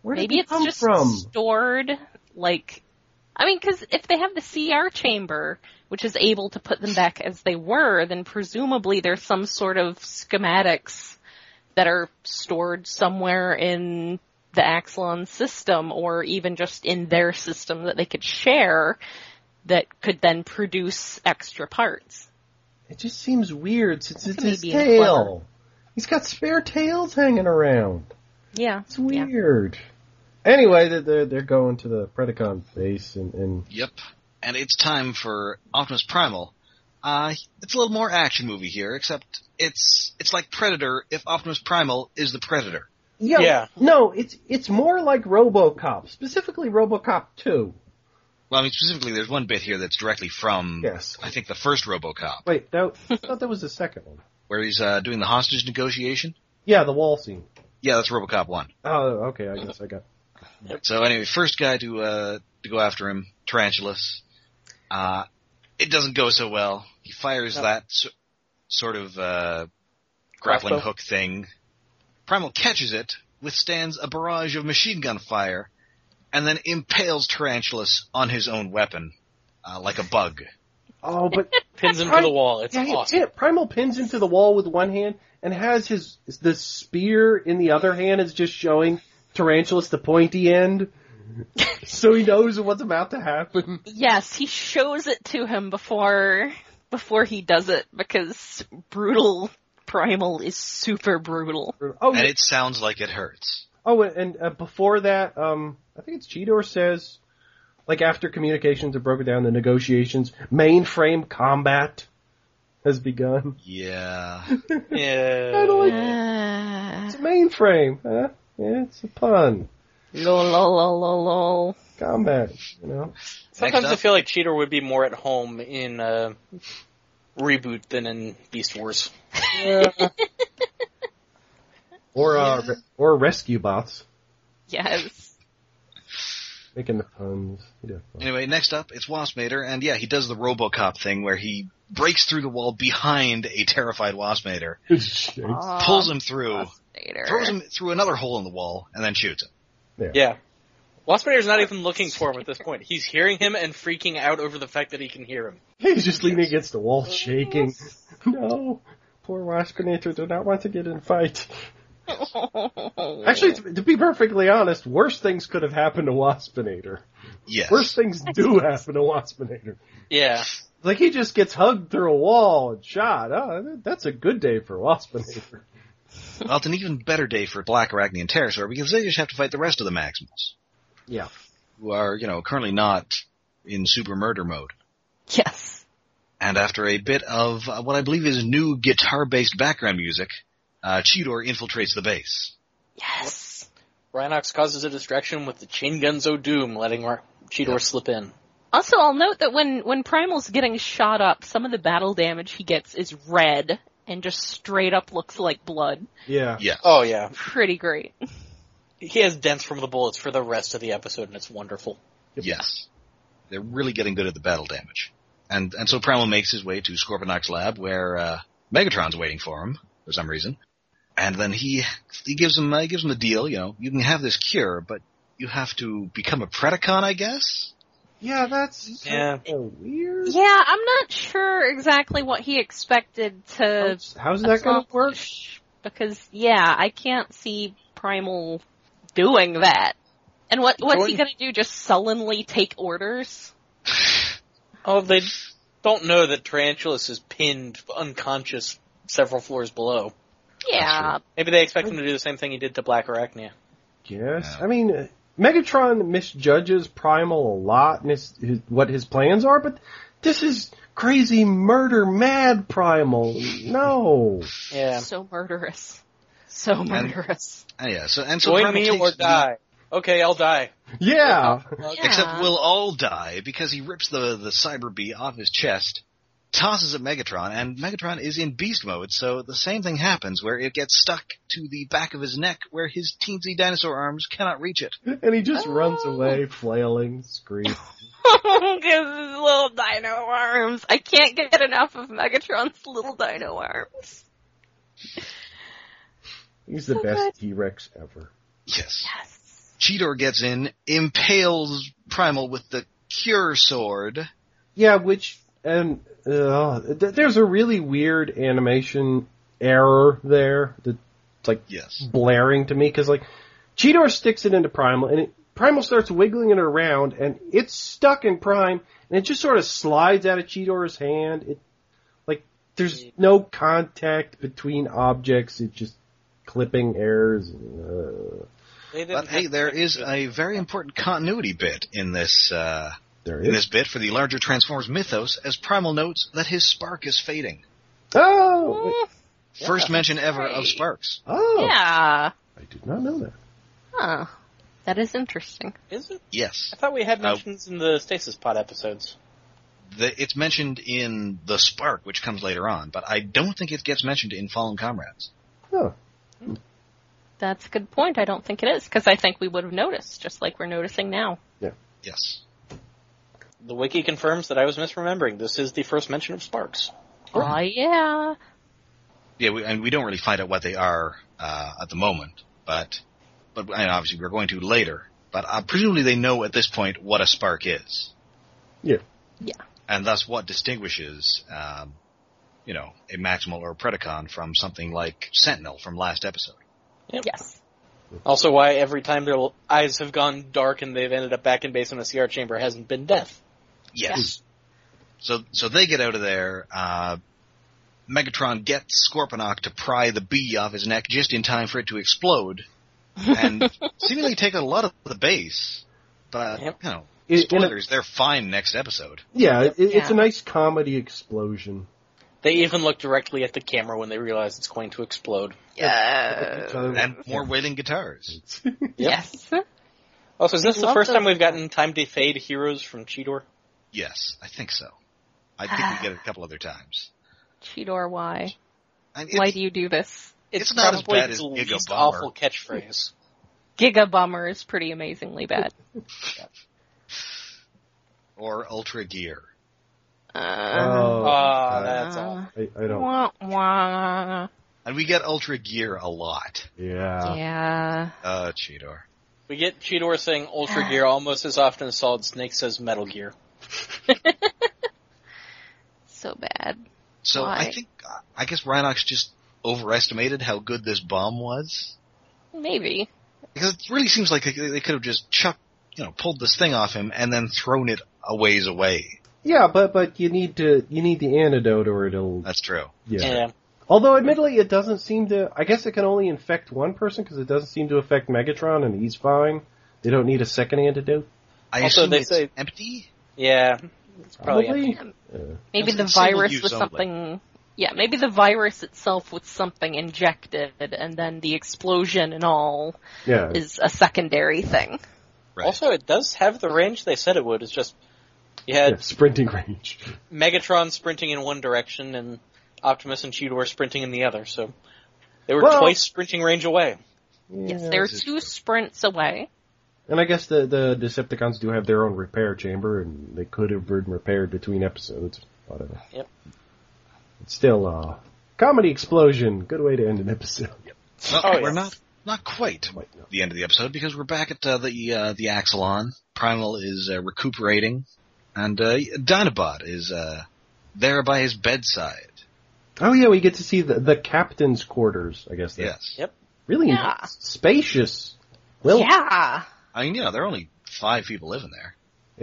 Speaker 4: where did
Speaker 1: Maybe
Speaker 4: they
Speaker 1: it's
Speaker 4: come
Speaker 1: just
Speaker 4: from?
Speaker 1: stored, like, I mean, cause if they have the CR chamber, which is able to put them back as they were, then presumably there's some sort of schematics that are stored somewhere in the Axlon system or even just in their system that they could share that could then produce extra parts.
Speaker 4: It just seems weird since it's
Speaker 1: could
Speaker 4: his
Speaker 1: be being clever.
Speaker 4: tail. He's got spare tails hanging around.
Speaker 1: Yeah.
Speaker 4: It's weird. Anyway, they're- they're they're going to the Predacon base and, and
Speaker 2: Yep. And it's time for Optimus Primal. Uh, it's a little more action movie here, except it's, it's like Predator if Optimus Primal is the Predator.
Speaker 4: yeah,
Speaker 3: Yeah.
Speaker 4: no, it's it's more like RoboCop, specifically RoboCop two.
Speaker 2: Well, I mean, specifically, there's one bit here that's directly from,
Speaker 4: Yes.
Speaker 2: I think, the first RoboCop,
Speaker 4: Wait, that, I thought that was the second one.
Speaker 2: where he's uh, doing the hostage negotiation.
Speaker 4: Yeah, the wall scene.
Speaker 2: Yeah, that's RoboCop one.
Speaker 4: Oh, okay, I guess I got.
Speaker 2: So anyway, first guy to uh, to go after him, Tarantulas. Uh, it doesn't go so well. He fires
Speaker 3: No.
Speaker 2: that so, sort of uh, grappling
Speaker 3: Crossbow?
Speaker 2: hook thing. Primal catches it, withstands a barrage of machine gun fire, and then impales Tarantulas on his own weapon, uh, like a bug.
Speaker 4: Oh, but
Speaker 3: Pins him to the wall. It's
Speaker 4: yeah, he
Speaker 3: awesome.
Speaker 4: pin- Primal pins into the wall with one hand and has his the spear in the other hand is just showing Tarantulas the
Speaker 2: <laughs>
Speaker 4: pointy end, so he knows what's about to happen.
Speaker 1: Yes, he shows it to him before before he does it because brutal primal is super brutal.
Speaker 4: Oh,
Speaker 2: And it sounds like it hurts.
Speaker 4: Oh, and, and uh, before that, um, I think it's Cheetor says, like after communications have broken down, the negotiations, mainframe combat has begun.
Speaker 2: Yeah. <laughs>
Speaker 4: I
Speaker 3: Yeah.
Speaker 4: don't like
Speaker 1: Ah,
Speaker 4: it's a mainframe, huh? Yeah, it's a pun.
Speaker 1: lol, lol, lol, lol, lol.
Speaker 4: Combat, you know.
Speaker 3: Sometimes
Speaker 2: Next
Speaker 3: I
Speaker 2: up.
Speaker 3: feel like Cheater would be more at home in uh, Reboot than in Beast Wars.
Speaker 4: Or uh, re- or rescue bots
Speaker 1: Yes.
Speaker 4: making the puns. You know, fun.
Speaker 2: Anyway, next up, it's Waspmater, and yeah, he does the RoboCop thing where he breaks through the wall behind a terrified Waspmater,
Speaker 4: It's shapes.
Speaker 1: Aw,
Speaker 2: pulls him through,
Speaker 1: later.
Speaker 2: throws him through another hole in the wall, and then shoots him.
Speaker 3: Yeah. Waspinator's not even looking for him at this point. He's hearing him and freaking out over the fact that he can hear him.
Speaker 4: He's just leaning against the
Speaker 1: <laughs>
Speaker 4: wall, shaking. no, poor Waspinator did not want to get in a fight. Actually, to, to be perfectly honest, worse things could have happened to Waspinator.
Speaker 2: Yes.
Speaker 4: Worse things do happen to Waspinator.
Speaker 3: Yeah.
Speaker 4: Like he just gets hugged through a wall and shot. Oh, that's a good day for Waspinator.
Speaker 2: Well, it's an even better day for Black Arachne and Pterosaur because they just have to fight the rest of the Maximals.
Speaker 4: Yeah.
Speaker 2: who are, you know, currently not in super murder mode.
Speaker 1: Yes.
Speaker 2: And after a bit of uh, what I believe is new guitar-based background music, uh, Cheetor infiltrates the base.
Speaker 1: Yes.
Speaker 3: Rhinox causes a distraction with the chain guns o' doom, letting Ra- Cheetor
Speaker 2: Yep.
Speaker 3: slip in.
Speaker 1: Also, I'll note that when, when Primal's getting shot up, some of the battle damage he gets is red and just straight up looks like blood.
Speaker 4: Yeah.
Speaker 2: Yes.
Speaker 3: Oh yeah,
Speaker 1: Pretty great.
Speaker 3: he has dents from the bullets for the rest of the episode, and it's wonderful.
Speaker 2: Yes. They're really getting good at the battle damage. And and so Primal makes his way to Scorponok's lab where uh, Megatron's waiting for him for some reason. And then he he gives him uh, he gives him the deal, you know, you can have this cure, but you have to become a Predacon, I guess?
Speaker 4: Yeah, that's
Speaker 3: Yeah.
Speaker 4: kinda weird.
Speaker 1: Yeah, I'm not sure exactly what he expected to
Speaker 4: How's, how's Oh, that gonna work?
Speaker 1: accomplish, Because yeah, I can't see Primal doing that. And what what's he
Speaker 3: Jordan-
Speaker 1: gonna do? Just sullenly take orders?
Speaker 3: Oh, they don't know that Tarantulas is pinned unconscious several floors below.
Speaker 1: Yeah,
Speaker 3: Maybe they expect him to do the same thing he did to Black Arachnia.
Speaker 4: Yes.
Speaker 2: Yeah.
Speaker 4: I mean, uh, Megatron misjudges Primal a lot and his, his, what his plans are, but this is crazy murder mad Primal. No. <laughs>
Speaker 3: Yeah.
Speaker 1: so murderous, so murderous. <laughs>
Speaker 2: And Ah, yeah, so and so
Speaker 3: Join
Speaker 2: Primal
Speaker 3: me
Speaker 2: takes
Speaker 3: or
Speaker 2: the-
Speaker 3: die. Okay, I'll <laughs> die.
Speaker 4: Yeah.
Speaker 1: Yeah.
Speaker 2: Except we'll all die because he rips the the Cyber Bee off his chest, tosses at Megatron, and Megatron is in beast mode, so the same thing happens where it gets stuck to the back of his neck where his teensy dinosaur arms cannot reach it.
Speaker 4: And he just
Speaker 1: Oh.
Speaker 4: runs away,
Speaker 1: <laughs>
Speaker 4: flailing, screaming.
Speaker 1: Because his little dino arms. I can't get enough of Megatron's little dino arms.
Speaker 4: He's the
Speaker 1: So good.
Speaker 4: best T Rex ever.
Speaker 2: Yes.
Speaker 1: Yes.
Speaker 2: Cheetor gets in, impales Primal with the Cure Sword.
Speaker 4: Yeah, which and uh, th- there's a really weird animation error there that's like
Speaker 2: Yes.
Speaker 4: blaring to me because like Cheetor sticks it into Primal and it, Primal starts wiggling it around and it's stuck in Prime and it just sort of slides out of Cheetor's hand. It like there's no contact between objects. It just clipping errors. Uh,
Speaker 3: They didn't
Speaker 2: But hey,
Speaker 3: have-
Speaker 2: there is a very important continuity bit in this uh,
Speaker 4: there
Speaker 2: in
Speaker 4: it
Speaker 2: this
Speaker 4: is.
Speaker 2: bit for the larger Transformers mythos, as Primal notes that his spark is fading.
Speaker 4: Oh,
Speaker 1: Mm,
Speaker 4: wait.
Speaker 2: First mention ever of
Speaker 1: Hey.
Speaker 2: sparks.
Speaker 4: oh,
Speaker 1: Yeah.
Speaker 4: I did not know that.
Speaker 1: Huh. That is interesting.
Speaker 3: Is it?
Speaker 2: Yes.
Speaker 3: I thought we had
Speaker 2: Uh,
Speaker 3: mentions in the stasis pod episodes.
Speaker 2: The, it's mentioned in The Spark, which comes later on, but I don't think it gets mentioned in Fallen Comrades.
Speaker 4: Oh,
Speaker 1: That's a good point. I don't think it is because I think we would have noticed, just like we're noticing now.
Speaker 2: Yes.
Speaker 3: The wiki confirms that I was misremembering. This is the first mention of sparks.
Speaker 1: Oh yeah.
Speaker 2: Yeah, we, and we don't really find out what they are uh, at the moment, but but and obviously we're going to later. But uh, presumably they know at this point what a spark is,
Speaker 4: yeah.
Speaker 2: and thus what distinguishes, um, you know, a Maximal or a Predacon from something like Sentinel from last episode.
Speaker 1: Yes.
Speaker 3: Also, why every time their l- eyes have gone dark and they've ended up back in base in a CR chamber hasn't been death.
Speaker 2: Yes. So so they get out of there. Uh, Megatron gets Scorponok to pry the bee off his neck just in time for it to explode
Speaker 1: <laughs>
Speaker 2: and seemingly take a lot of the base. But uh,
Speaker 3: Yep.
Speaker 2: you know,
Speaker 4: It- in a-
Speaker 2: spoilers, they're fine next episode.
Speaker 4: Yeah, it, it's a
Speaker 1: Yeah.
Speaker 4: nice comedy explosion.
Speaker 3: They even look directly at the camera when they realize it's going to explode.
Speaker 1: Uh, Yes.
Speaker 2: And more wailing guitars.
Speaker 1: Yes.
Speaker 3: Also, is this the
Speaker 1: Love
Speaker 3: first
Speaker 1: those
Speaker 3: time we've gotten time to fade heroes from Cheetor?
Speaker 2: Yes, I think so. I think we get it a couple other times.
Speaker 1: Cheetor, why?
Speaker 2: And
Speaker 1: why
Speaker 2: it's-
Speaker 1: do you do this?
Speaker 2: It's not as
Speaker 3: probably
Speaker 2: bad
Speaker 3: his
Speaker 2: as Giga
Speaker 3: least
Speaker 2: Bomber.
Speaker 3: awful catchphrase.
Speaker 2: <laughs>
Speaker 1: Giga Bummer is pretty amazingly bad.
Speaker 2: or Ultra Gear.
Speaker 1: Uh,
Speaker 4: Oh,
Speaker 3: Ah,
Speaker 4: uh,
Speaker 3: that's all.
Speaker 4: I, I don't.
Speaker 1: wah, wah.
Speaker 2: And we get Ultra Gear a lot.
Speaker 4: Yeah.
Speaker 1: Yeah.
Speaker 2: Uh, Cheetor.
Speaker 3: We get Cheetor saying Ultra Gear almost as often as Solid Snake says Metal Gear.
Speaker 1: So bad.
Speaker 2: So I
Speaker 1: Why?
Speaker 2: think, I guess Rhinox just overestimated how good this bomb was.
Speaker 1: Maybe.
Speaker 2: Because it really seems like they, they could have just chucked, you know, pulled this thing off him and then thrown it a ways away.
Speaker 4: Yeah, but but you need to you need the antidote or it'll
Speaker 2: That's true.
Speaker 4: yeah.
Speaker 3: Yeah.
Speaker 4: Although admittedly it doesn't seem to I guess it can only infect one person because it doesn't seem to affect Megatron and he's fine. They don't need a second antidote.
Speaker 2: I
Speaker 3: Also,
Speaker 2: assume
Speaker 3: they
Speaker 2: it's
Speaker 3: say-
Speaker 2: empty.
Speaker 3: Yeah, it's probably.
Speaker 4: Probably. Uh,
Speaker 1: Maybe
Speaker 2: It's
Speaker 1: the
Speaker 2: a single
Speaker 1: virus
Speaker 2: use
Speaker 1: was
Speaker 2: only.
Speaker 1: something. Yeah, maybe the virus itself was something injected, and then the explosion and all
Speaker 4: yeah.
Speaker 1: is a secondary thing.
Speaker 2: Right.
Speaker 3: Also, it does have the range they said it would. It's just you had
Speaker 4: yeah, sprinting range.
Speaker 3: Megatron sprinting in one direction and Optimus and Cheetor sprinting in the other. So they were
Speaker 4: Well-
Speaker 3: twice sprinting range away.
Speaker 1: Yes,
Speaker 4: Yeah.
Speaker 1: they're
Speaker 2: this is
Speaker 1: two
Speaker 2: true.
Speaker 1: sprints away.
Speaker 4: And I guess the the Decepticons do have their own repair chamber, and they could have been repaired between episodes. Whatever.
Speaker 3: Yep.
Speaker 4: It's still uh, comedy explosion. Good way to end an episode. <laughs>
Speaker 2: Well,
Speaker 3: Oh, yeah.
Speaker 2: uh, we're not not quite
Speaker 4: Wait, no.
Speaker 2: the end of the episode because we're back at uh, the uh, the Axalon. Primal is uh, recuperating, and uh, Dinobot is uh, there by his bedside.
Speaker 4: Oh yeah, we get to see the, the captain's quarters. I guess. That's
Speaker 2: Yes,
Speaker 3: Yep.
Speaker 4: Really
Speaker 1: Yeah.
Speaker 4: spacious. Well,
Speaker 1: yeah,
Speaker 2: I mean, you know, there are only five people living there.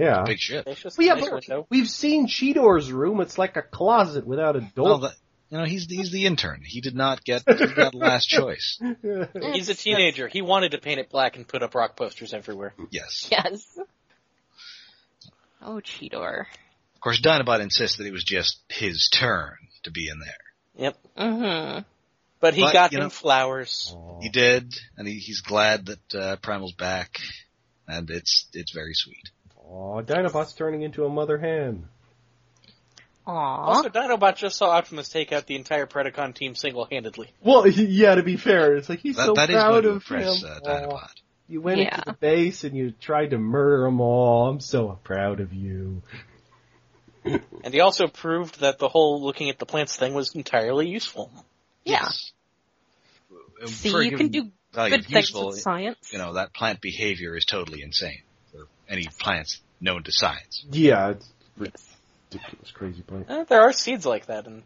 Speaker 4: yeah.
Speaker 2: Big ship.
Speaker 3: It's just
Speaker 4: Well, yeah,
Speaker 3: nice
Speaker 4: but
Speaker 3: window.
Speaker 4: we've seen Cheetor's room. It's like a closet without a
Speaker 2: Well,
Speaker 4: door.
Speaker 2: that, you know, he's he's the intern. He did not get he got
Speaker 4: <laughs>
Speaker 2: last choice.
Speaker 3: He's a teenager. He wanted to paint it black and put up rock posters everywhere.
Speaker 2: Yes.
Speaker 1: yes. Oh, Cheetor.
Speaker 2: Of course, Dinobot insists that it was just his turn to be in there.
Speaker 1: Mm-hmm.
Speaker 3: But he
Speaker 2: But,
Speaker 3: got
Speaker 2: you
Speaker 3: them
Speaker 2: know-
Speaker 3: flowers.
Speaker 2: He did, and he, he's glad that uh, Primal's back, and it's it's very sweet.
Speaker 4: Oh, Dinobot's turning into a mother hen.
Speaker 1: Aww.
Speaker 3: Also, Dinobot just saw Optimus take out the entire Predacon team single-handedly.
Speaker 4: Well, he- yeah. To be fair, it's like he's
Speaker 2: That,
Speaker 4: so
Speaker 2: that is
Speaker 4: proud
Speaker 2: going to
Speaker 4: of
Speaker 2: impress
Speaker 4: him.
Speaker 2: uh,
Speaker 4: Aw.
Speaker 2: Dinobot.
Speaker 4: You went
Speaker 1: Yeah.
Speaker 4: into the base and you tried to murder them all. I'm so proud of you.
Speaker 3: And he also proved that the whole looking at the plants thing was entirely useful.
Speaker 1: yeah.
Speaker 2: Yes. Uh,
Speaker 1: See,
Speaker 2: for a
Speaker 1: you can
Speaker 2: given
Speaker 1: do
Speaker 2: value
Speaker 1: good
Speaker 2: of
Speaker 1: things
Speaker 2: useful,
Speaker 1: with science.
Speaker 2: You know that plant behavior is totally insane for any plants known to science.
Speaker 4: Yeah, it's
Speaker 1: Yes.
Speaker 4: ridiculous, crazy plan.
Speaker 3: Eh, there are seeds like that, and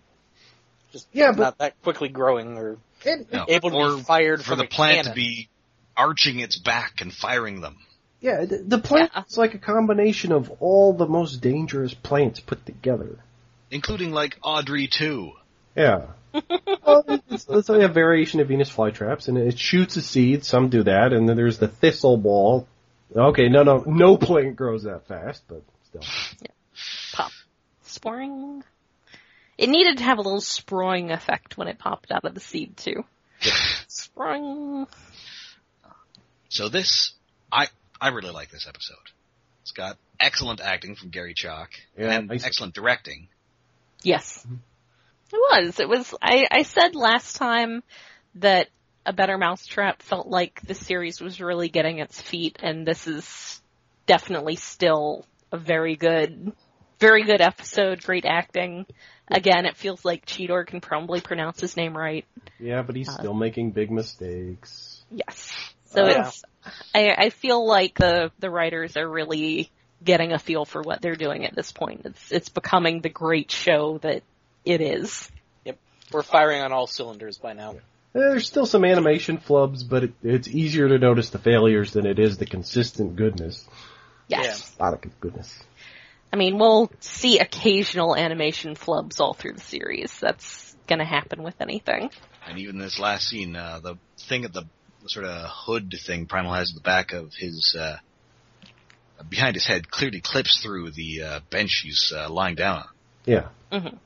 Speaker 3: just
Speaker 4: Yeah, but-
Speaker 3: not that quickly growing or
Speaker 2: You know,
Speaker 3: able to
Speaker 2: or
Speaker 3: be fired
Speaker 2: for
Speaker 3: from
Speaker 2: the
Speaker 3: a
Speaker 2: plant
Speaker 3: cannon.
Speaker 2: to be arching its back and firing them.
Speaker 4: Yeah, the, the plant
Speaker 1: Yeah.
Speaker 4: is like a combination of all the most dangerous plants put together.
Speaker 2: including like Audrey too.
Speaker 4: Yeah. <laughs> well, it's, it's like a variation of Venus flytraps, and it shoots a seed. Some do that, and then there's the thistle ball. Okay, no, no, no plant grows that fast, but still.
Speaker 1: Pop. Sporing. It needed to have a little sprawling effect when it popped out of the seed too. Sprawling.
Speaker 2: So this, I I really like this episode. It's got excellent acting from Gary Chalk
Speaker 4: Yeah,
Speaker 2: and
Speaker 4: nice.
Speaker 2: excellent directing.
Speaker 1: Yes. Mm-hmm. It was. It was, I, I said last time that A Better Mousetrap felt like the series was really getting its feet and this is definitely still a very good, very good episode, great acting. Again, it feels like Cheetor can probably pronounce his name right.
Speaker 4: Yeah, but he's
Speaker 1: Uh,
Speaker 4: still making big mistakes.
Speaker 1: Yes. So
Speaker 3: Oh, yeah.
Speaker 1: it's, I, I feel like the, the writers are really getting a feel for what they're doing at this point. It's, it's becoming the great show that it is.
Speaker 3: We're firing on all cylinders by now.
Speaker 4: Eh, There's still some animation flubs, but it, it's easier to notice the failures than it is the consistent goodness.
Speaker 1: Yes.
Speaker 4: A lot of goodness.
Speaker 1: I mean, we'll see occasional animation flubs all through the series. That's gonna happen with anything.
Speaker 2: And even this last scene, uh, the thing at the sort of hood thing Primal has at the back of his uh, behind his head clearly clips through the uh, bench he's uh, lying down on,
Speaker 4: Yeah.
Speaker 2: and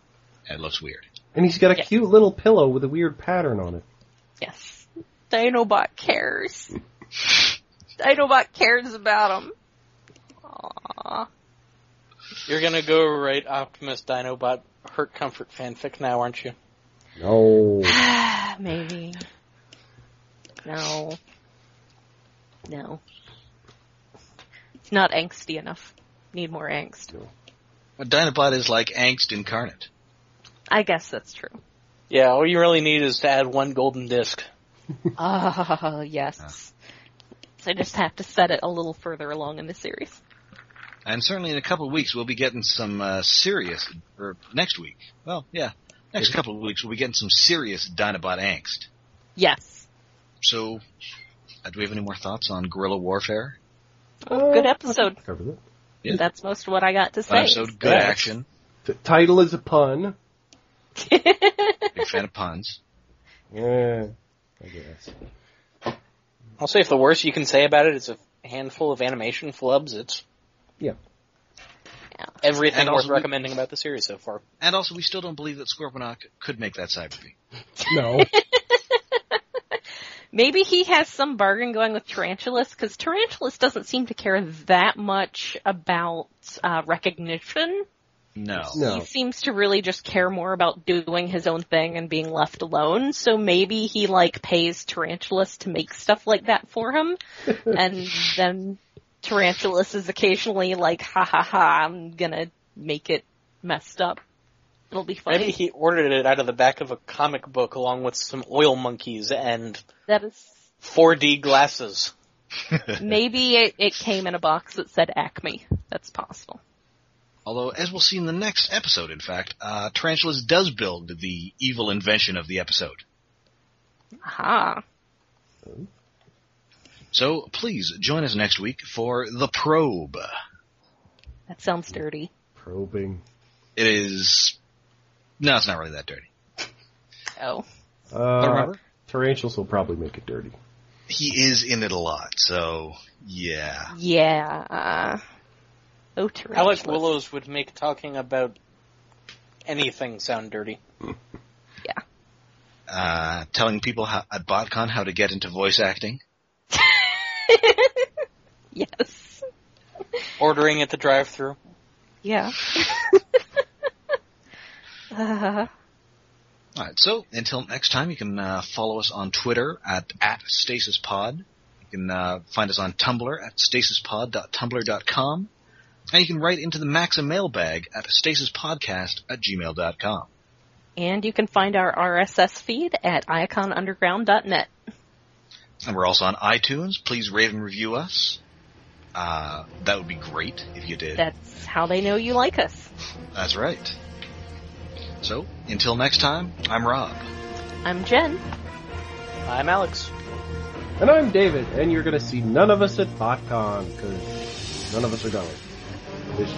Speaker 2: it looks weird.
Speaker 4: And he's got a
Speaker 1: Yeah.
Speaker 4: cute little pillow with a weird pattern on it.
Speaker 1: Yes. Dinobot <laughs> cares. Dinobot cares about him. Aww.
Speaker 3: You're gonna go write Optimus Dinobot Hurt Comfort fanfic now, aren't you?
Speaker 4: No.
Speaker 1: <sighs> Maybe. No. No. It's not angsty enough. Need more angst.
Speaker 2: But Dinobot is like angst incarnate.
Speaker 1: I guess that's true.
Speaker 3: Yeah, all you really need is to add one golden disc.
Speaker 1: <laughs> Ah, yes. So I just have to set it a little further along in the series.
Speaker 2: And certainly in a couple of weeks we'll be getting some uh, serious, or next week. Well, yeah, next couple of weeks we'll be getting some serious Dinobot angst.
Speaker 1: Yes.
Speaker 2: So, uh, do we have any more thoughts on guerrilla warfare?
Speaker 1: <laughs> Good episode.
Speaker 4: Cover that.
Speaker 2: Yeah.
Speaker 1: That's most of what I got to
Speaker 2: One
Speaker 1: say.
Speaker 2: episode, good
Speaker 4: Thanks.
Speaker 2: action.
Speaker 4: The title is a pun.
Speaker 2: Big fan of puns.
Speaker 4: Yeah. I guess.
Speaker 3: I'll say if the worst you can say about it is a handful of animation flubs, it's
Speaker 4: Yeah.
Speaker 3: Everything
Speaker 2: And
Speaker 3: worth
Speaker 2: also we-
Speaker 3: recommending about the series so far.
Speaker 2: And also, we still don't believe that Scorponok could make that cyber bee.
Speaker 4: No.
Speaker 1: <laughs> Maybe he has some bargain going with Tarantulas, because Tarantulas doesn't seem to care that much about uh, recognition.
Speaker 2: No.
Speaker 4: No.
Speaker 1: He seems to really just care more about doing his own thing and being left alone. So maybe he like pays Tarantulas to make stuff like that for him, and then Tarantulas is occasionally like, "Ha ha ha! I'm gonna make it messed up. It'll be funny."
Speaker 3: Maybe he ordered it out of the back of a comic book along with some oil monkeys and
Speaker 1: that is
Speaker 3: 4D glasses.
Speaker 1: Maybe it, it came in a box that said Acme. That's possible.
Speaker 2: Although, as we'll see in the next episode, in fact, uh, Tarantulas does build the evil invention of the episode.
Speaker 1: Aha.
Speaker 2: So please join us next week for The Probe.
Speaker 1: That sounds dirty.
Speaker 4: <laughs> Probing.
Speaker 2: It is. No, it's not really that dirty.
Speaker 1: Oh.
Speaker 2: But
Speaker 4: Uh,
Speaker 2: remember,
Speaker 4: tarantulas will probably make it dirty.
Speaker 2: he is in it a lot, so yeah.
Speaker 1: Yeah. Oh,
Speaker 3: I
Speaker 1: tarantulas.
Speaker 3: like Willows would make talking about anything sound dirty.
Speaker 2: Uh, telling people how, at BotCon how to get into voice acting.
Speaker 1: <laughs> Yes.
Speaker 3: Ordering at the drive-through.
Speaker 1: Yeah. <laughs> uh,
Speaker 2: All right. So until next time, you can uh, follow us on Twitter at at StasisPod. You can uh, find us on Tumblr at stasispod.tumblr.com. And you can write into the Maxim mailbag at stasispodcast at gmail.com.
Speaker 1: and you can find our RSS feed at iconunderground.net.
Speaker 2: And we're also on iTunes. Please rate and review us. Uh, that would be great if you did.
Speaker 1: That's how they know you like us.
Speaker 2: That's right. So, until next time, I'm Rob.
Speaker 1: I'm Jen.
Speaker 3: I'm Alex.
Speaker 4: And I'm David, and you're gonna see none of us at BotCon, because none of us are going. There's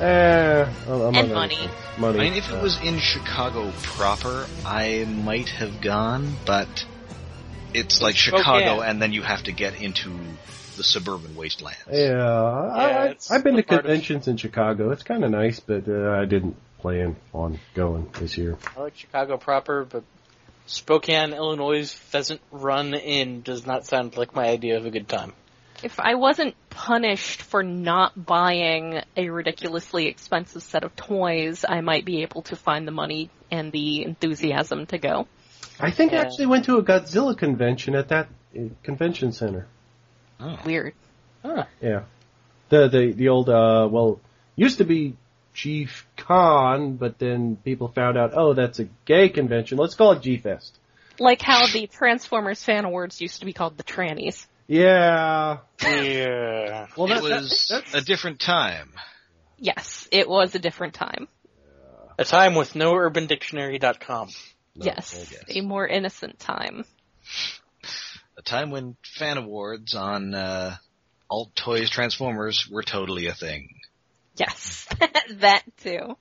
Speaker 4: Eh, I'm- I'm
Speaker 1: And
Speaker 4: not
Speaker 1: money.
Speaker 4: gonna-
Speaker 2: I
Speaker 4: Money.
Speaker 2: mean, if it
Speaker 4: uh,
Speaker 2: was in Chicago proper, I might have gone, but it's like Chicago,
Speaker 3: Spokane.
Speaker 2: and then you have to get into the suburban wastelands.
Speaker 4: Uh, Yeah,
Speaker 3: Yeah,
Speaker 4: I, I,
Speaker 3: it's
Speaker 4: I've been to
Speaker 3: a part of-
Speaker 4: conventions in Chicago. It's kind of nice, but uh, I didn't plan on going this year.
Speaker 3: I like Chicago proper, but Spokane, Illinois' Pheasant Run Inn does not sound like my idea of a good time.
Speaker 1: If I wasn't punished for not buying a ridiculously expensive set of toys, I might be able to find the money and the enthusiasm to go.
Speaker 4: I think I
Speaker 3: Yeah.
Speaker 4: actually went to a Godzilla convention at that uh, convention center.
Speaker 2: Oh.
Speaker 1: Weird.
Speaker 4: Yeah, the the the old uh well used to be Chief Con, but then people found out oh that's a gay convention. Let's call it G Fest.
Speaker 1: Like how the Transformers Fan Awards used to be called the Trannies.
Speaker 4: Yeah.
Speaker 3: <laughs> Yeah.
Speaker 4: Well,
Speaker 2: it was a different time.
Speaker 1: Yes, it was a different time.
Speaker 3: A time with no urbandictionary.com.
Speaker 1: yes,
Speaker 2: I guess.
Speaker 1: a more innocent time.
Speaker 2: A time when fan awards on uh, Alt Toys Transformers were totally a thing.
Speaker 1: Yes, <laughs> that too.